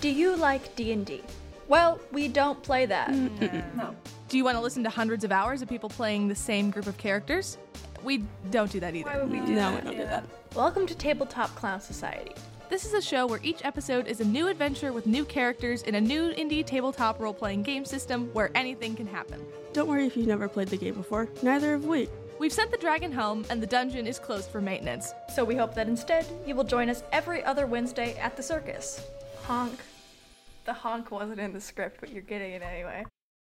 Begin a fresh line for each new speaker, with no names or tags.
Do you like D&D? Well, we don't play that.
Mm.
Do you want to listen to hundreds of hours of people playing the same group of characters? We don't do that either.
No, we don't do that.
Welcome to Tabletop Clown Society.
This is a show where each episode is a new adventure with new characters in a new indie tabletop role playing game system where anything can happen.
Don't worry if you've never played the game before. Neither have we.
We've sent the dragon home and the dungeon is closed for maintenance.
So we hope that instead you will join us every other Wednesday at the circus. Honk. The honk wasn't in the script, but you're getting it anyway.